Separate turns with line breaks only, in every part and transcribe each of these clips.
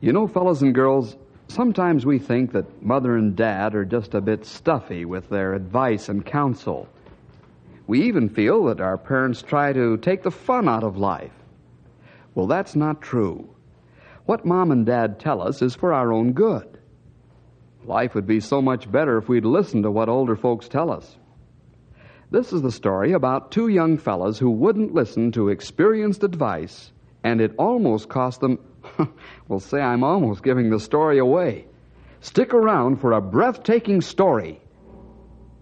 You know, fellas and girls, sometimes we think that mother and dad are just a bit stuffy with their advice and counsel. We even feel that our parents try to take the fun out of life. Well, that's not true. What mom and dad tell us is for our own good. Life would be so much better if we'd listened to what older folks tell us. This is the story about two young fellas who wouldn't listen to experienced advice, and it almost cost them. well, say, I'm almost giving the story away. Stick around for a breathtaking story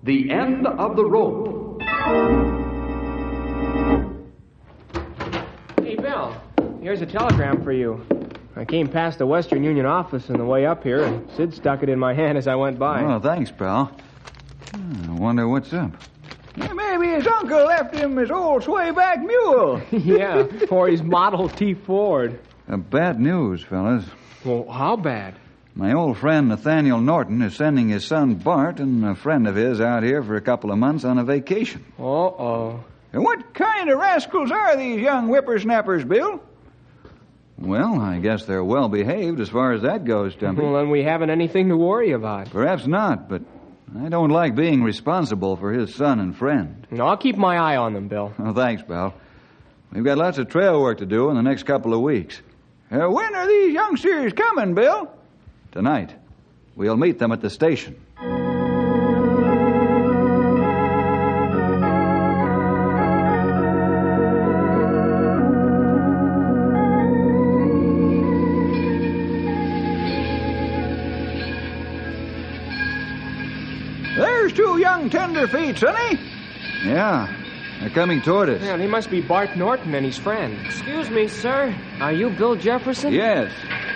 The End of the Rope.
Hey, Bill, here's a telegram for you. I came past the Western Union office on the way up here, and Sid stuck it in my hand as I went by.
Oh, thanks, pal. Hmm, I wonder what's up.
Maybe his uncle left him his old swayback mule.
yeah, for his Model T Ford.
Uh, bad news, fellas.
Well, how bad?
My old friend Nathaniel Norton is sending his son Bart and a friend of his out here for a couple of months on a vacation.
Uh oh.
And What kind of rascals are these young whippersnappers, Bill?
Well, I guess they're well behaved as far as that goes, Dumpy.
Well, then we haven't anything to worry about.
Perhaps not, but I don't like being responsible for his son and friend.
No, I'll keep my eye on them, Bill.
Oh, thanks, pal. We've got lots of trail work to do in the next couple of weeks.
Uh, when are these youngsters coming, Bill?
Tonight, we'll meet them at the station.
There's two young tenderfeet, sonny.
Yeah, they're coming toward us.
Man, he must be Bart Norton and his friend.
Excuse me, sir. Are you Bill Jefferson?
Yes,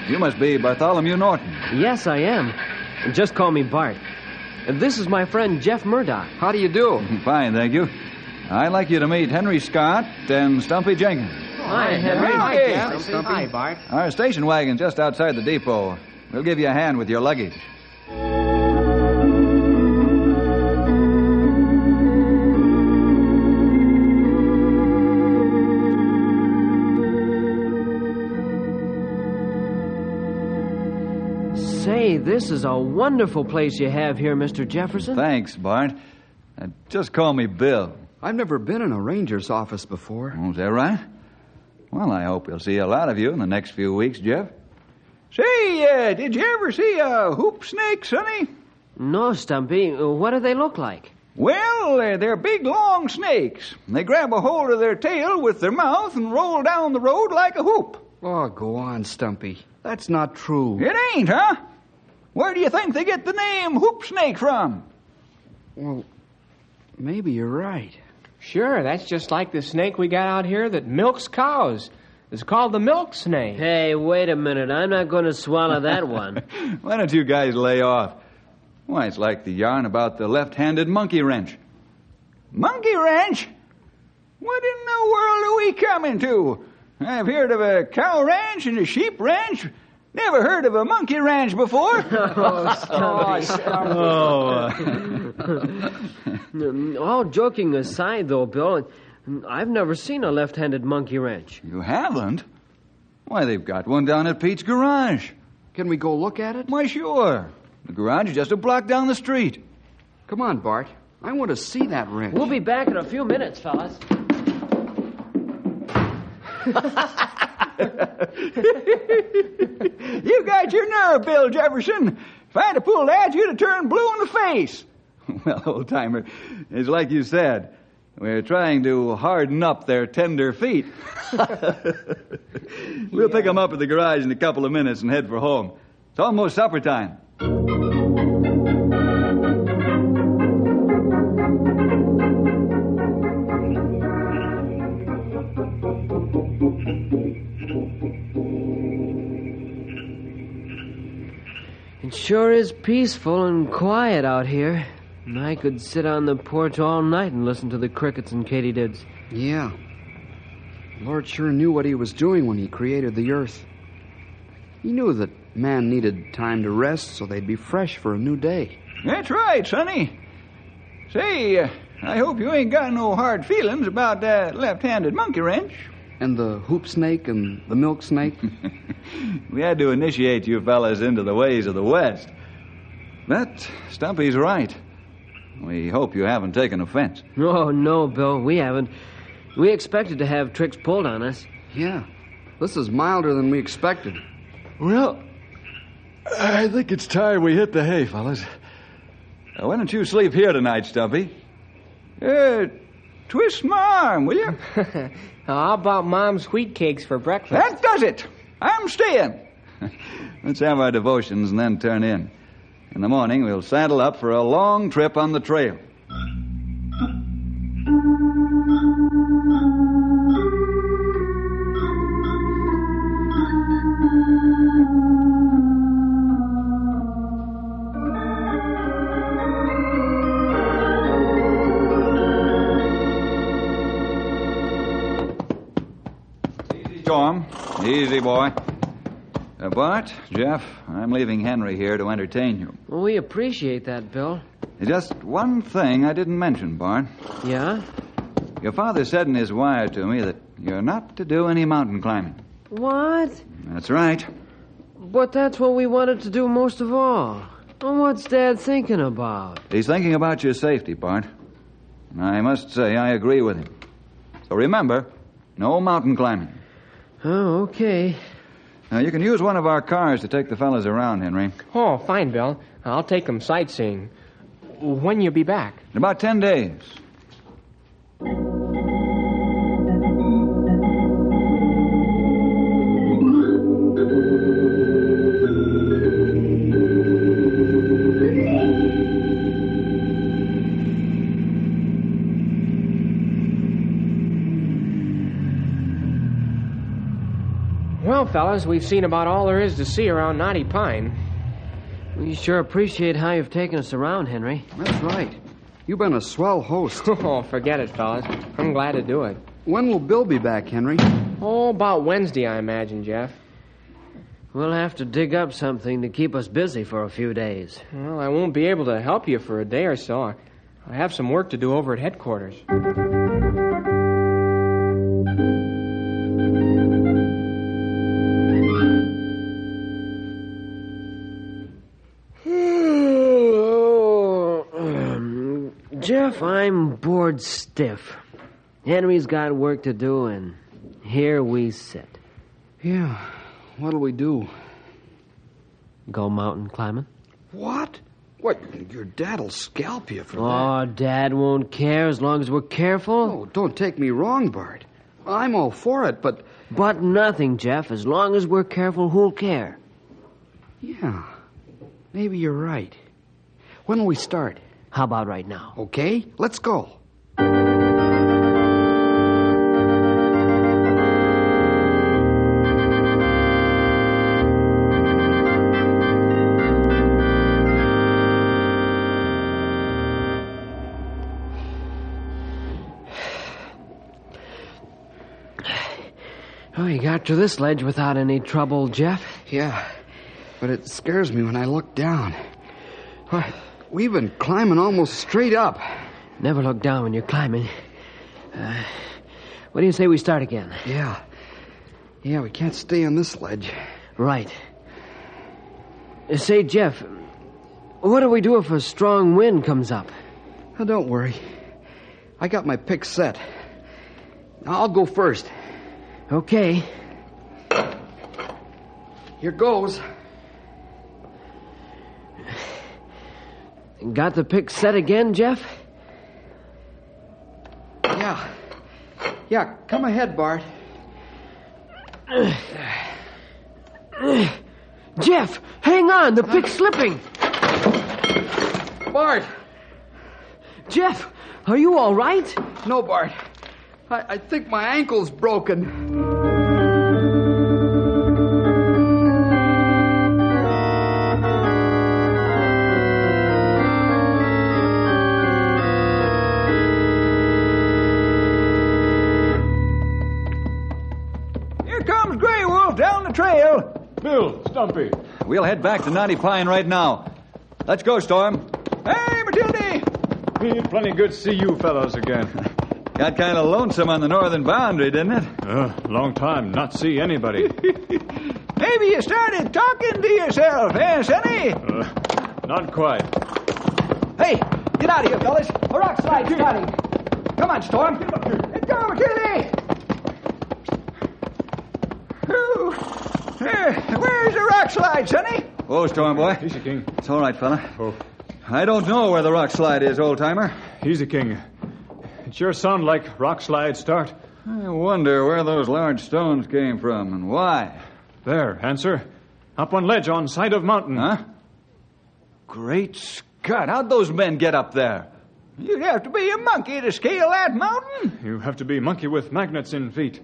you must be Bartholomew Norton.
Yes, I am. Just call me Bart. This is my friend Jeff Murdoch.
How do you do?
Fine, thank you. I'd like you to meet Henry Scott and Stumpy Jenkins.
Hi, Henry.
Hi,
Hey,
Jeff. Hi, Bart.
Our station wagon's just outside the depot. We'll give you a hand with your luggage.
Say, this is a wonderful place you have here, Mr. Jefferson.
Thanks, Bart. Uh, just call me Bill.
I've never been in a ranger's office before.
Oh, is that right? Well, I hope we'll see a lot of you in the next few weeks, Jeff.
Say, uh, did you ever see a hoop snake, sonny?
no, Stumpy. uh, What do they look like?
Well, uh, they're big, long snakes. They grab a hold of their tail with their mouth and roll down the road like a hoop.
Oh, go on, Stumpy. That's not true.
It ain't, huh? Where do you think they get the name hoop snake from?
Well, maybe you're right.
Sure, that's just like the snake we got out here that milks cows. It's called the milk snake.
Hey, wait a minute. I'm not going to swallow that one.
Why don't you guys lay off? Why, it's like the yarn about the left handed monkey wrench.
Monkey ranch? What in the world are we coming to? I've heard of a cow ranch and a sheep ranch. Never heard of a monkey ranch before.
Oh, uh,
Mm, All joking aside, though, Bill, I've never seen a left handed monkey wrench.
you haven't? Why, they've got one down at Pete's garage.
Can we go look at it?
Why, sure. The garage is just a block down the street.
Come on, Bart. I want to see that wrench.
We'll be back in a few minutes, fellas.
you got your nerve, Bill Jefferson. If I'd have pulled that, you'd have turned blue in the face.
Well, old timer, it's like you said. We're trying to harden up their tender feet. we'll 'em pick 'em up at the garage in a couple of minutes and head for home. It's almost supper time.
sure is peaceful and quiet out here. And I could sit on the porch all night and listen to the crickets and katydids.
Yeah. Lord sure knew what he was doing when he created the earth. He knew that man needed time to rest so they'd be fresh for a new day.
That's right, sonny. Say, uh, I hope you ain't got no hard feelings about that left handed monkey wrench.
And the hoop snake and the milk snake.
We had to initiate you fellas into the ways of the West. But Stumpy's right. We hope you haven't taken offense.
Oh, no, Bill, we haven't. We expected to have tricks pulled on us.
yeah. This is milder than we expected.
Well, I think it's time we hit the hay, fellas. Uh, why don't you sleep here tonight, Stumpy?
Uh, twist my arm, will you?
How about Mom's wheat cakes for breakfast?
That does it. I'm staying.
Let's have our devotions and then turn in. In the morning, we'll saddle up for a long trip on the trail. Easy, Tom. Easy, boy. Uh, Bart, Jeff, I'm leaving Henry here to entertain you.
Well, we appreciate that, Bill.
There's Just one thing I didn't mention, Bart.
Yeah?
Your father said in his wire to me that you're not to do any mountain climbing.
What?
That's right.
But that's what we wanted to do most of all. What's Dad thinking about?
He's thinking about your safety, Bart. And I must say, I agree with him. So remember, no mountain climbing.
Oh, okay.
Now, you can use one of our cars to take the fellas around, Henry. In
Oh, fine, Bill. I'll take them sightseeing. When you be back?
about ten days.
Well, fellas, we've seen about all there is to see around Knotty Pine.
We sure appreciate how you've taken us around, Henry.
That's right. You've been a swell host.
Oh, forget it, fellas. I'm glad to do it.
When will Bill be back, Henry?
Oh, about Wednesday, I imagine, Jeff.
We'll have to dig up something to keep us busy for a few days.
Well, I won't be able to help you for a day or so. I- I have some work to do over at headquarters.
Um, Jeff, I'm bored stiff. Henry's got work to do, and here we sit.
Yeah. What'll we do?
Go mountain climbing?
What? What? Your dad'll scalp you for that.
Oh, Dad won't care as long as we're careful.
Oh, don't take me wrong, Bart. I'm all for it, but
But nothing, Jeff. As long as we're careful, who'll care?
yeah. Maybe you're right. When'll we start?
How about right now?
Okay, let's go.
Oh, you got to this ledge without any trouble, Jeff.
Yeah, but it scares me when I look down. Why, We've been climbing almost straight up.
Never look down when you're climbing. Uh, what do you say we start again?
Yeah. Yeah, we can't stay on this ledge.
Right. Uh, Say, Jeff, what do we do if a strong wind comes up?
Oh, don't worry. I got my pick set. I'll go first.
Okay.
Here goes.
Got the pick set again, Jeff?
Yeah. Yeah, come ahead, Bart.
Jeff, hang on, the pick's slipping.
Bart!
Jeff, are you all right?
No, Bart. I, I think my ankle's broken.
comes Grey Wolf down the trail.
Bill, Stumpy.
We'll head back to Naughty Pine right now. Let's go, Storm.
Hey, Matilda!
Plenty good to see you fellows again.
Got kind of lonesome on the northern boundary, didn't it?
Uh, long time not see anybody.
Maybe you started talking to yourself, eh, Sonny?
Uh, not quite.
Hey, get out of here, fellas. A rock slide's starting. Come on, Storm. Let go, Matilda! Ooh. Eh, Where's the rock slide, Sonny?
Whoa, Oh, Storm Boy.
Easy, King.
It's all right, fella.
Oh.
I don't know where the rock slide is, old timer.
Easy, King. It sure sound like rock slide start.
I wonder where those large stones came from and why.
There, answer. Up on ledge on side of mountain.
Huh? Great Scott, how'd those men get up there?
You'd have to be a monkey to scale that mountain.
You have to be monkey with magnets in feet.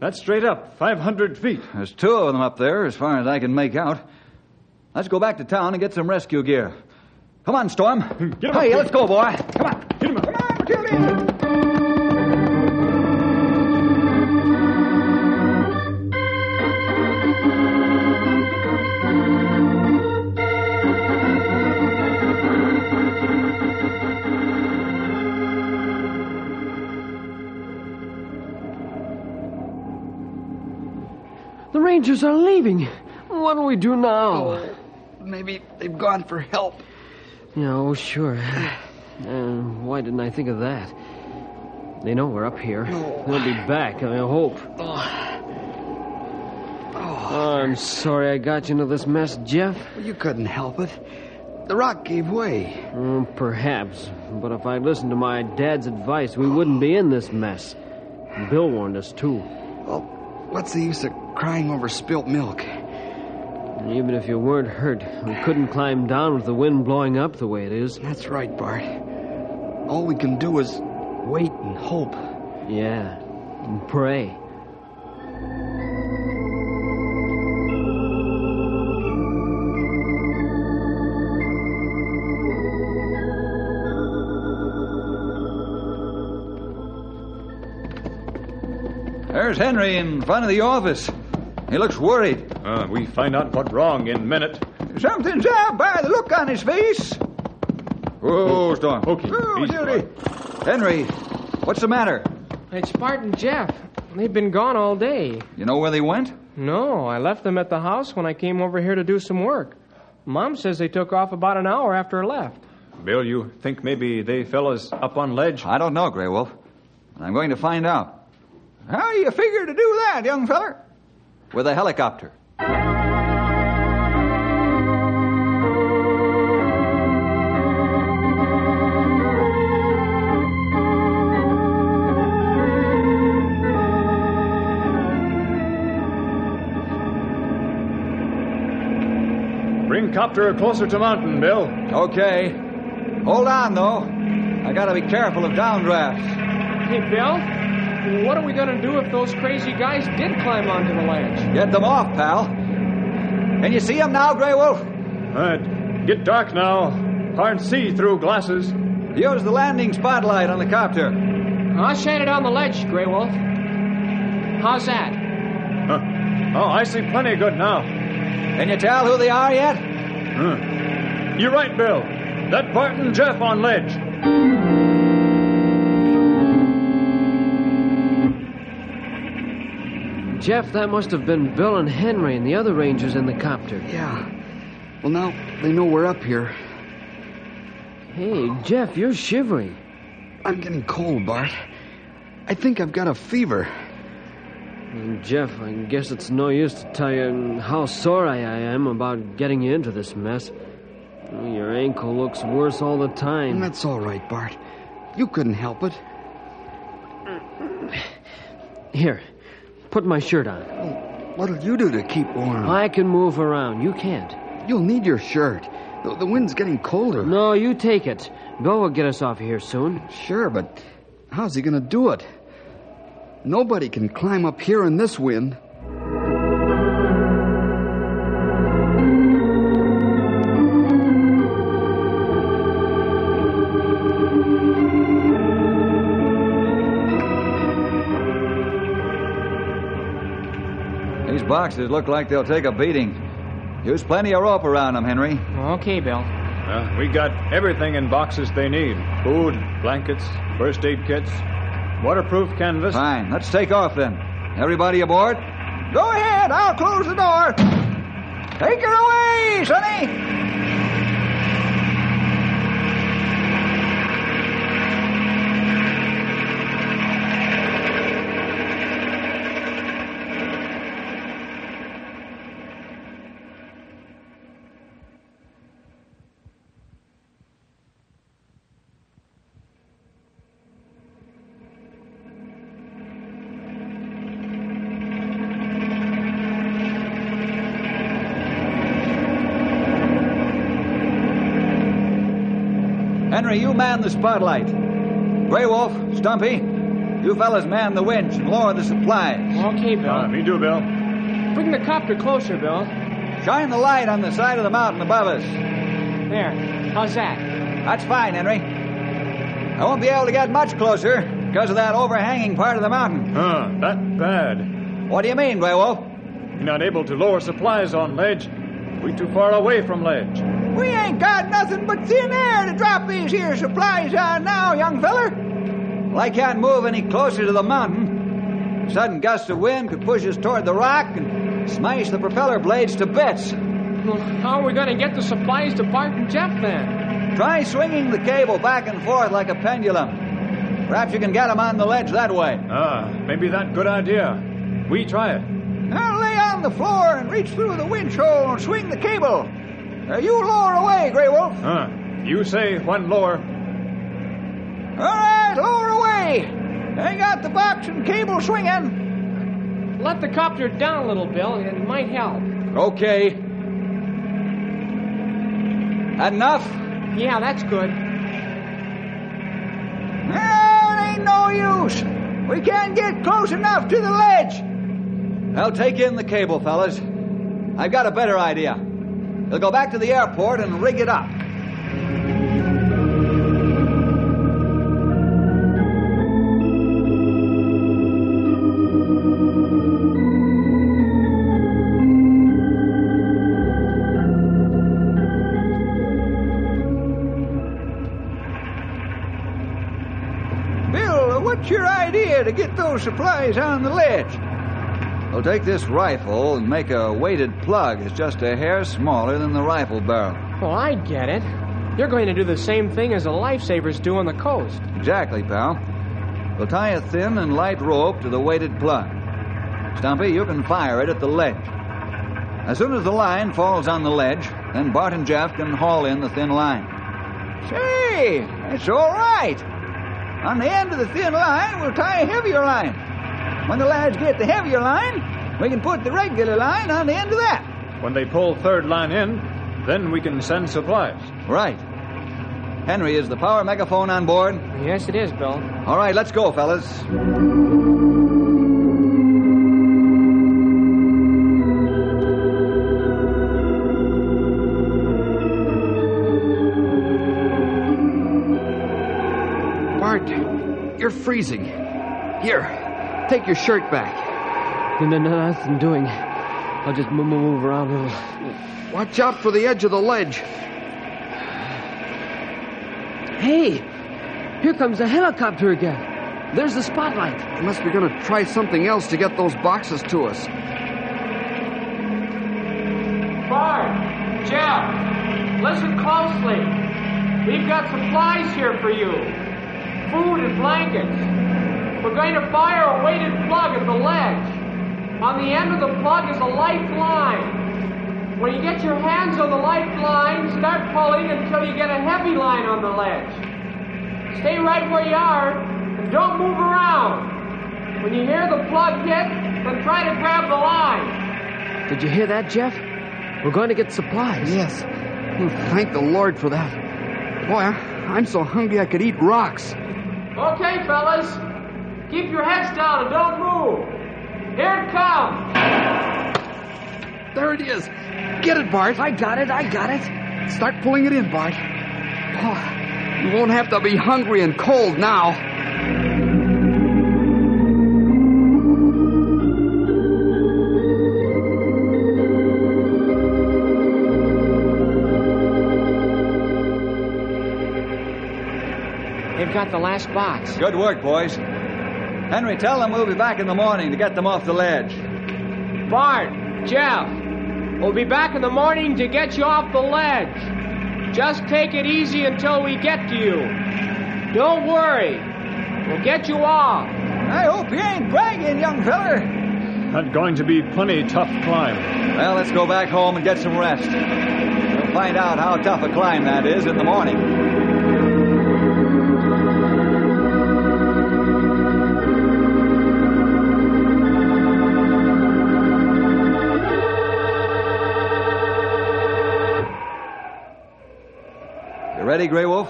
That's straight up, 500 feet.
There's two of them up there, as far as I can make out. Let's go back to town and get some rescue gear. Come on, Storm.
Get him up,
hey,
Pete.
let's go, boy. Come on.
Get him up.
Come on, Matilda!
The Rangers are leaving. What do we do now?
Oh, Maybe they've gone for help.
Yeah, oh, sure. Uh, why didn't I think of that? They know we're up here. They'll be back, I hope. Oh.
Oh.
I'm sorry I got you into this mess, Jeff.
You couldn't help it. The rock gave way.
Mm, perhaps, but if I'd listened to my dad's advice, we wouldn't be in this mess. Bill warned us, too.
Well, what's the use of crying over spilt milk?
And Even if you weren't hurt, we couldn't climb down with the wind blowing up the way it is.
That's right, Bart. All we can do is wait and hope.
Yeah, and pray.
There's Henry in front of the office. He looks worried.
Uh, we find out what wrong in minute.
Something's up by the look on his face.
Whoa, Storm.
Okay.
Oh,
easy,
Matilda!
Henry, what's the matter?
It's Bart and Jeff. They've been gone all day.
You know where they went?
No, I left them at the house when I came over here to do some work. Mom says they took off about an hour after I left.
Bill, you think maybe they fellas up on ledge?
I don't know, Grey Wolf. But I'm going to find out.
How do you figure to do that, young feller?
With a helicopter.
Bring copter closer to mountain, Bill.
Okay. Hold on, though. I gotta be careful of downdrafts.
Hey, Bill, what are we going to do if those crazy guys did climb onto the ledge?
Get them off, pal. Can you see them now, Grey Wolf?
Alright, get dark now. Hard see through glasses.
Use the landing spotlight on the copter.
I'll shine it on the ledge, Grey Wolf. How's that?
Huh. Oh, I see plenty good now.
Can you tell who they are yet?
Huh. You're right, Bill. That Barton Jeff on ledge.
Jeff, that must have been Bill and Henry and the other Rangers in the copter.
Yeah. Well, now they know we're up here.
Hey, Jeff, you're shivering.
I'm getting cold, Bart. I think I've got a fever.
And Jeff, I guess it's no use to tell you how sorry I am about getting you into this mess. Your ankle looks worse all the time.
And that's all right, Bart. You couldn't help it.
Here, put my shirt on.
What'll you do to keep warm?
I can move around. You can't.
You'll need your shirt. The, the wind's getting colder.
No, you take it. Bill will get us off here soon.
Sure, but how's he going to do it? Nobody can climb up here in this wind.
These boxes look like they'll take a beating. Use plenty of rope around them, Henry.
Okay, Bill.
Uh, we got everything in boxes they need food, blankets, first aid kits, waterproof canvas.
Fine. Let's take off then. Everybody aboard? Go ahead. I'll close the door. Take her away, Sonny. Henry, you man the spotlight. Grey Wolf, Stumpy, you fellas man the winch and lower the supplies.
Okay,
Uh,
Bill.
me too, Bill.
Bring the copter closer, Bill.
Shine the light on the side of the mountain above us.
There. How's that?
That's fine, Henry. I won't be able to get much closer because of that overhanging part of the mountain.
Huh, that bad.
What do you mean, Grey Wolf?
You're not able to lower supplies on ledge. We too far away from ledge.
We ain't got nothing but thin air to drop these here supplies on now, young feller.
Well, I can't move any closer to the mountain. A sudden gust of wind could push us toward the rock and smash the propeller blades to bits.
Well, how are we going to get the supplies to Bart and Jeff then?
Try swinging the cable back and forth like a pendulum. Perhaps you can get 'em on the ledge that way.
Ah, maybe that good idea. We try it.
Now lay on the floor and reach through the winch hole and swing the cable. Now you lower away, Grey Wolf.
Huh. You say when lower.
All right, lower away. I got the box and cable swinging.
Let the copter down a little, Bill, and it might help.
Okay. Enough?
Yeah, that's good.
Ah, it ain't no use. We can't get close enough to the ledge.
I'll take in the cable, fellas. I've got a better idea. We'll go back to the airport and rig it up.
Bill, what's your idea to get those supplies on the ledge?
We'll take this rifle and make a weighted plug. It's just a hair smaller than the rifle barrel.
Well, I get it. You're going to do the same thing as the lifesavers do on the coast.
Exactly, pal. We'll tie a thin and light rope to the weighted plug. Stumpy, you can fire it at the ledge. As soon as the line falls on the ledge, then Bart and Jeff can haul in the thin line.
Say, that's all right. On the end of the thin line, we'll tie a heavier line. When the lads get the heavier line, we can put the regular line on the end of that.
When they pull third line in, then we can send supplies.
Right. Henry, is the power megaphone on board?
Yes, it is, Bill.
All right, let's go, fellas.
Bart, you're freezing. Here, take your shirt back.
No, no, no, nothing doing. I'll just m- m- move around a little.
Watch out for the edge of the ledge.
Hey, here comes the helicopter again. There's the spotlight.
Unless we're going to try something else to get those boxes to us.
Bart! Jeff! Listen closely. We've got supplies here for you food and blankets. We're going to fire a weighted plug at the ledge. On the end of the plug is a lifeline. When you get your hands on the lifeline, start pulling until you get a heavy line on the ledge. Stay right where you are and don't move around. When you hear the plug hit, then try to grab the line.
Did you hear that, Jeff? We're going to get supplies.
Yes. Oh, Thank the Lord for that. Boy, I- I'm so hungry I could eat rocks.
Okay, fellas. Keep your heads down and don't move. Here it comes.
There it is. Get it, Bart. I got it. I got it. Start pulling it in, Bart. Oh, you won't have to be hungry and cold now.
We've got the last box.
Good work, boys. Henry, tell them we'll be back in the morning to get them off the ledge.
Bart, Jeff, we'll be back in the morning to get you off the ledge. Just take it easy until we get to you. Don't worry, we'll get you off.
I hope you ain't bragging, young feller.
Not going to be plenty tough climb.
Well, let's go back home and get some rest. We'll find out how tough a climb that is in the morning. You ready, Grey Wolf?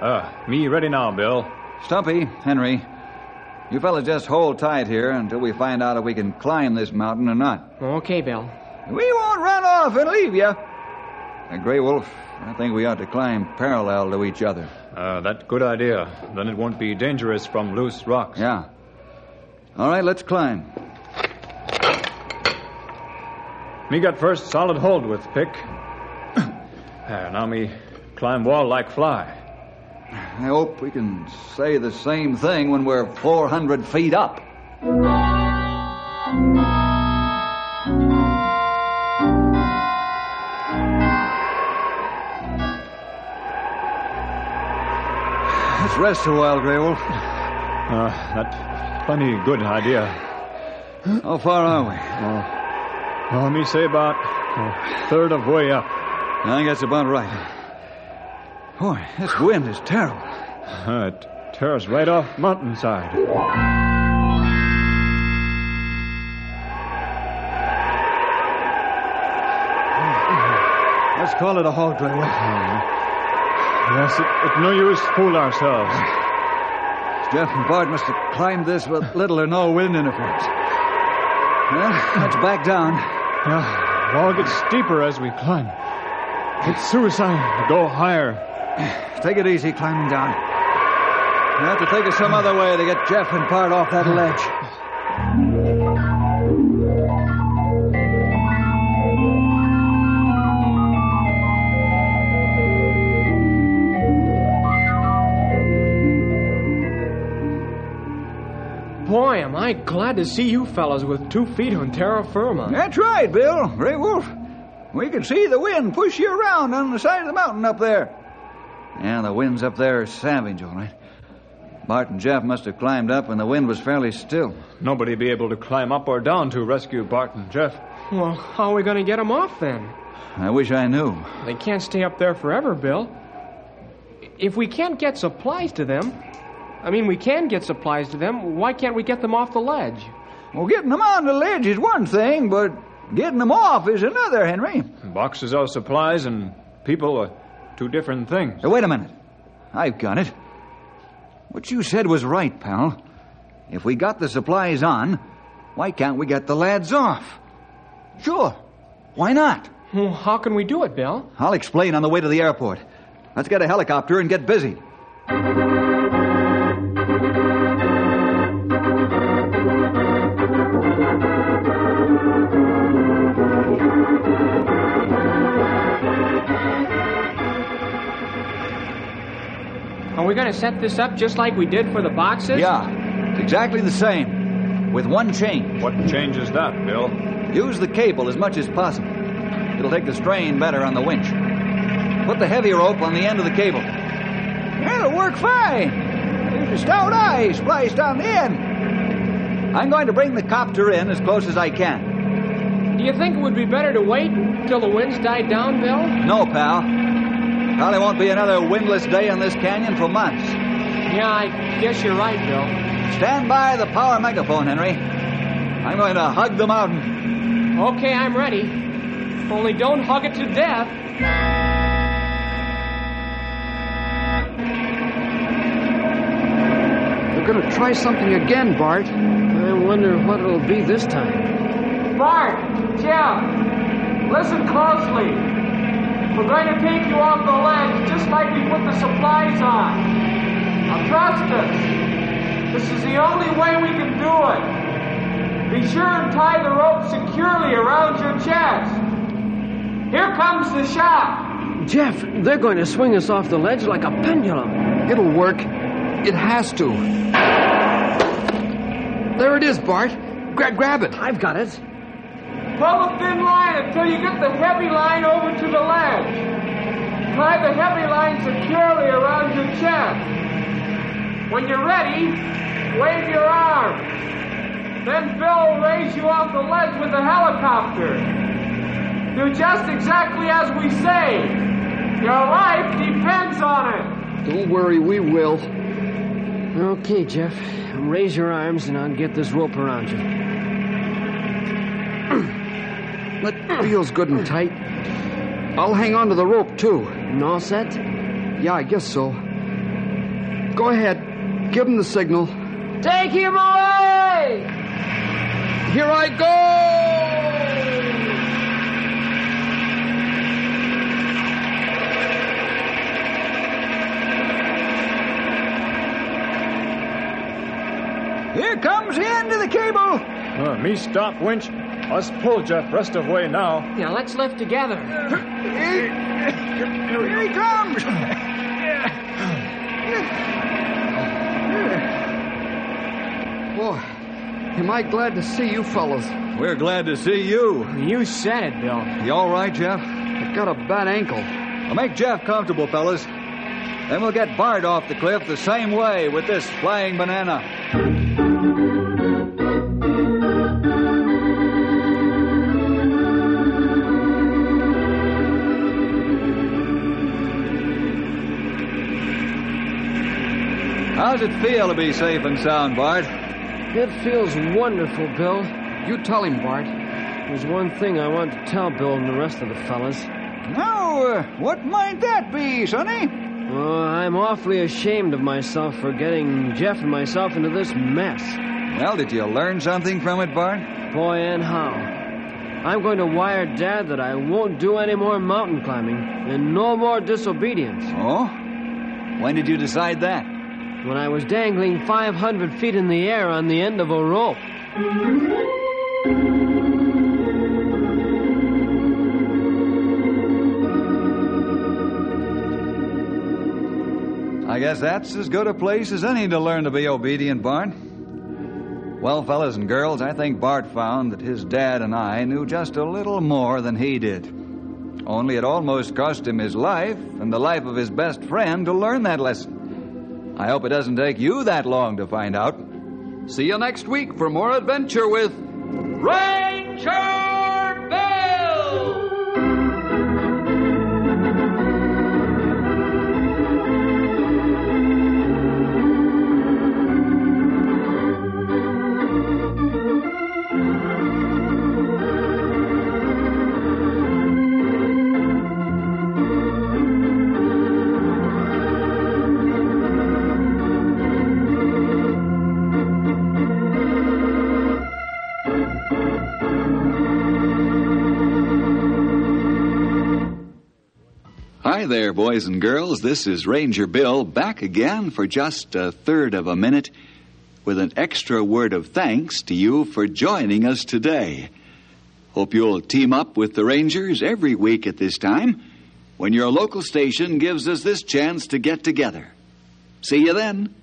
Uh, me ready now, Bill.
Stumpy, Henry, you fellas just hold tight here until we find out if we can climb this mountain or not.
Okay, Bill.
We won't run off and leave you. Now, Grey Wolf, I think we ought to climb parallel to each other.
Uh, that good idea. Then it won't be dangerous from loose rocks.
Yeah. All right, let's climb.
Me got first solid hold with pick. Ah, now me climb wall like fly.
I hope we can say the same thing when we're 400 feet up. Let's rest a while, Grey Wolf.
Uh, that plenty good idea.
How far are we?
Oh, me say about a third of way up.
I think that's about right. Boy, this wind is terrible.
Uh, it tears right off mountainside.
Let's call it a halt, Grey Wolf.
Yes, it, it no use fool ourselves.
Jeff and Bart must have climbed this with little or no wind interference. Well, let's back down.
Yeah, wall Ah, gets steeper as we climb. It's suicide to go higher.
Take it easy climbing down. We have to take it some other way to get Jeff and Bart off that ledge.
Boy, am I glad to see you fellas with two feet on terra firma.
That's right, Bill. Grey Wolf. We can see the wind push you around on the side of the mountain up there.
Yeah, the winds up there are savage, all right. Bart and Jeff must have climbed up when the wind was fairly still.
Nobody be able to climb up or down to rescue Bart and Jeff.
Well, how are we going to get them off then?
I wish I knew.
They can't stay up there forever, Bill. If we can't get supplies to them, I mean, we can get supplies to them, why can't we get them off the ledge?
Well, getting them on the ledge is one thing, but getting them off is another, Henry.
Boxes are supplies and people are two different things.
Hey, wait a minute. I've got it. What you said was right, pal. If we got the supplies on, why can't we get the lads off? Sure. Why not?
Well, how can we do it, Bill?
I'll explain on the way to the airport. Let's get a helicopter and get busy.
Are we going to set this up just like we did for the boxes?
Yeah, it's exactly the same. With one change.
What changes that, Bill?
Use the cable as much as possible. It'll take the strain better on the winch. Put the heavy rope on the end of the cable.
That'll work fine. There's a stout eye spliced on the end.
I'm going to bring the copter in as close as I can.
Do you think it would be better to wait till the winds died down, Bill?
No, pal. Probably won't be another windless day in this canyon for months.
Yeah, I guess you're right, Bill.
Stand by the power megaphone, Henry. I'm going to hug the mountain.
Okay, I'm ready. Only don't hug it to death.
They're going to try something again, Bart.
I wonder what it'll be this time.
Bart, Jeff, listen closely. We're going to take you off the ledge just like we put the supplies on. Now trust us. This is the only way we can do it. Be sure and tie the rope securely around your chest. Here comes the shot.
Jeff, they're going to swing us off the ledge like a pendulum.
It'll work. It has to. There it is, Bart. Gra- grab it.
I've got it.
Pull the thin line until you get the heavy line over to the ledge. Tie the heavy line securely around your chest. When you're ready, wave your arm. Then Bill will raise you off the ledge with the helicopter. Do just exactly as we say. Your life depends on it.
Don't worry, we will.
Okay, Jeff. Raise your arms and I'll get this rope around you.
That feels good and tight. I'll hang on to the rope, too.
And all set?
Yeah, I guess so. Go ahead. Give him the signal.
Take him away!
Here I go!
Here comes the end of the cable.
Uh, me stop winch. Us pull, Jeff. Rest of way now.
Now let's lift together.
Here he comes.
Boy, am I glad to see you fellas.
We're glad to see you.
You said it, Bill.
You all right, Jeff?
I got a bad ankle.
Well, make Jeff comfortable, fellas. Then we'll get Bart off the cliff the same way with this flying banana. How's it feel to be safe and sound, Bart?
It feels wonderful, Bill.
You tell him, Bart.
There's one thing I want to tell Bill and the rest of the fellas.
Now, uh, what might that be, Sonny?
Oh, I'm awfully ashamed of myself for getting Jeff and myself into this mess.
Well, did you learn something from it, Bart?
Boy, and how. I'm going to wire Dad that I won't do any more mountain climbing and no more disobedience.
Oh? When did you decide that?
When I was dangling 500 feet in the air on the end of a rope.
I guess that's as good a place as any to learn to be obedient, Bart. Well, fellas and girls, I think Bart found that his dad and I knew just a little more than he did. Only it almost cost him his life and the life of his best friend to learn that lesson. I hope it doesn't take you that long to find out.
See you next week for more adventure with
Ranger Bill!
Hi there, boys and girls. This is Ranger Bill back again for just a third of a minute with an extra word of thanks to you for joining us today. Hope you'll team up with the Rangers every week at this time when your local station gives us this chance to get together. See you then.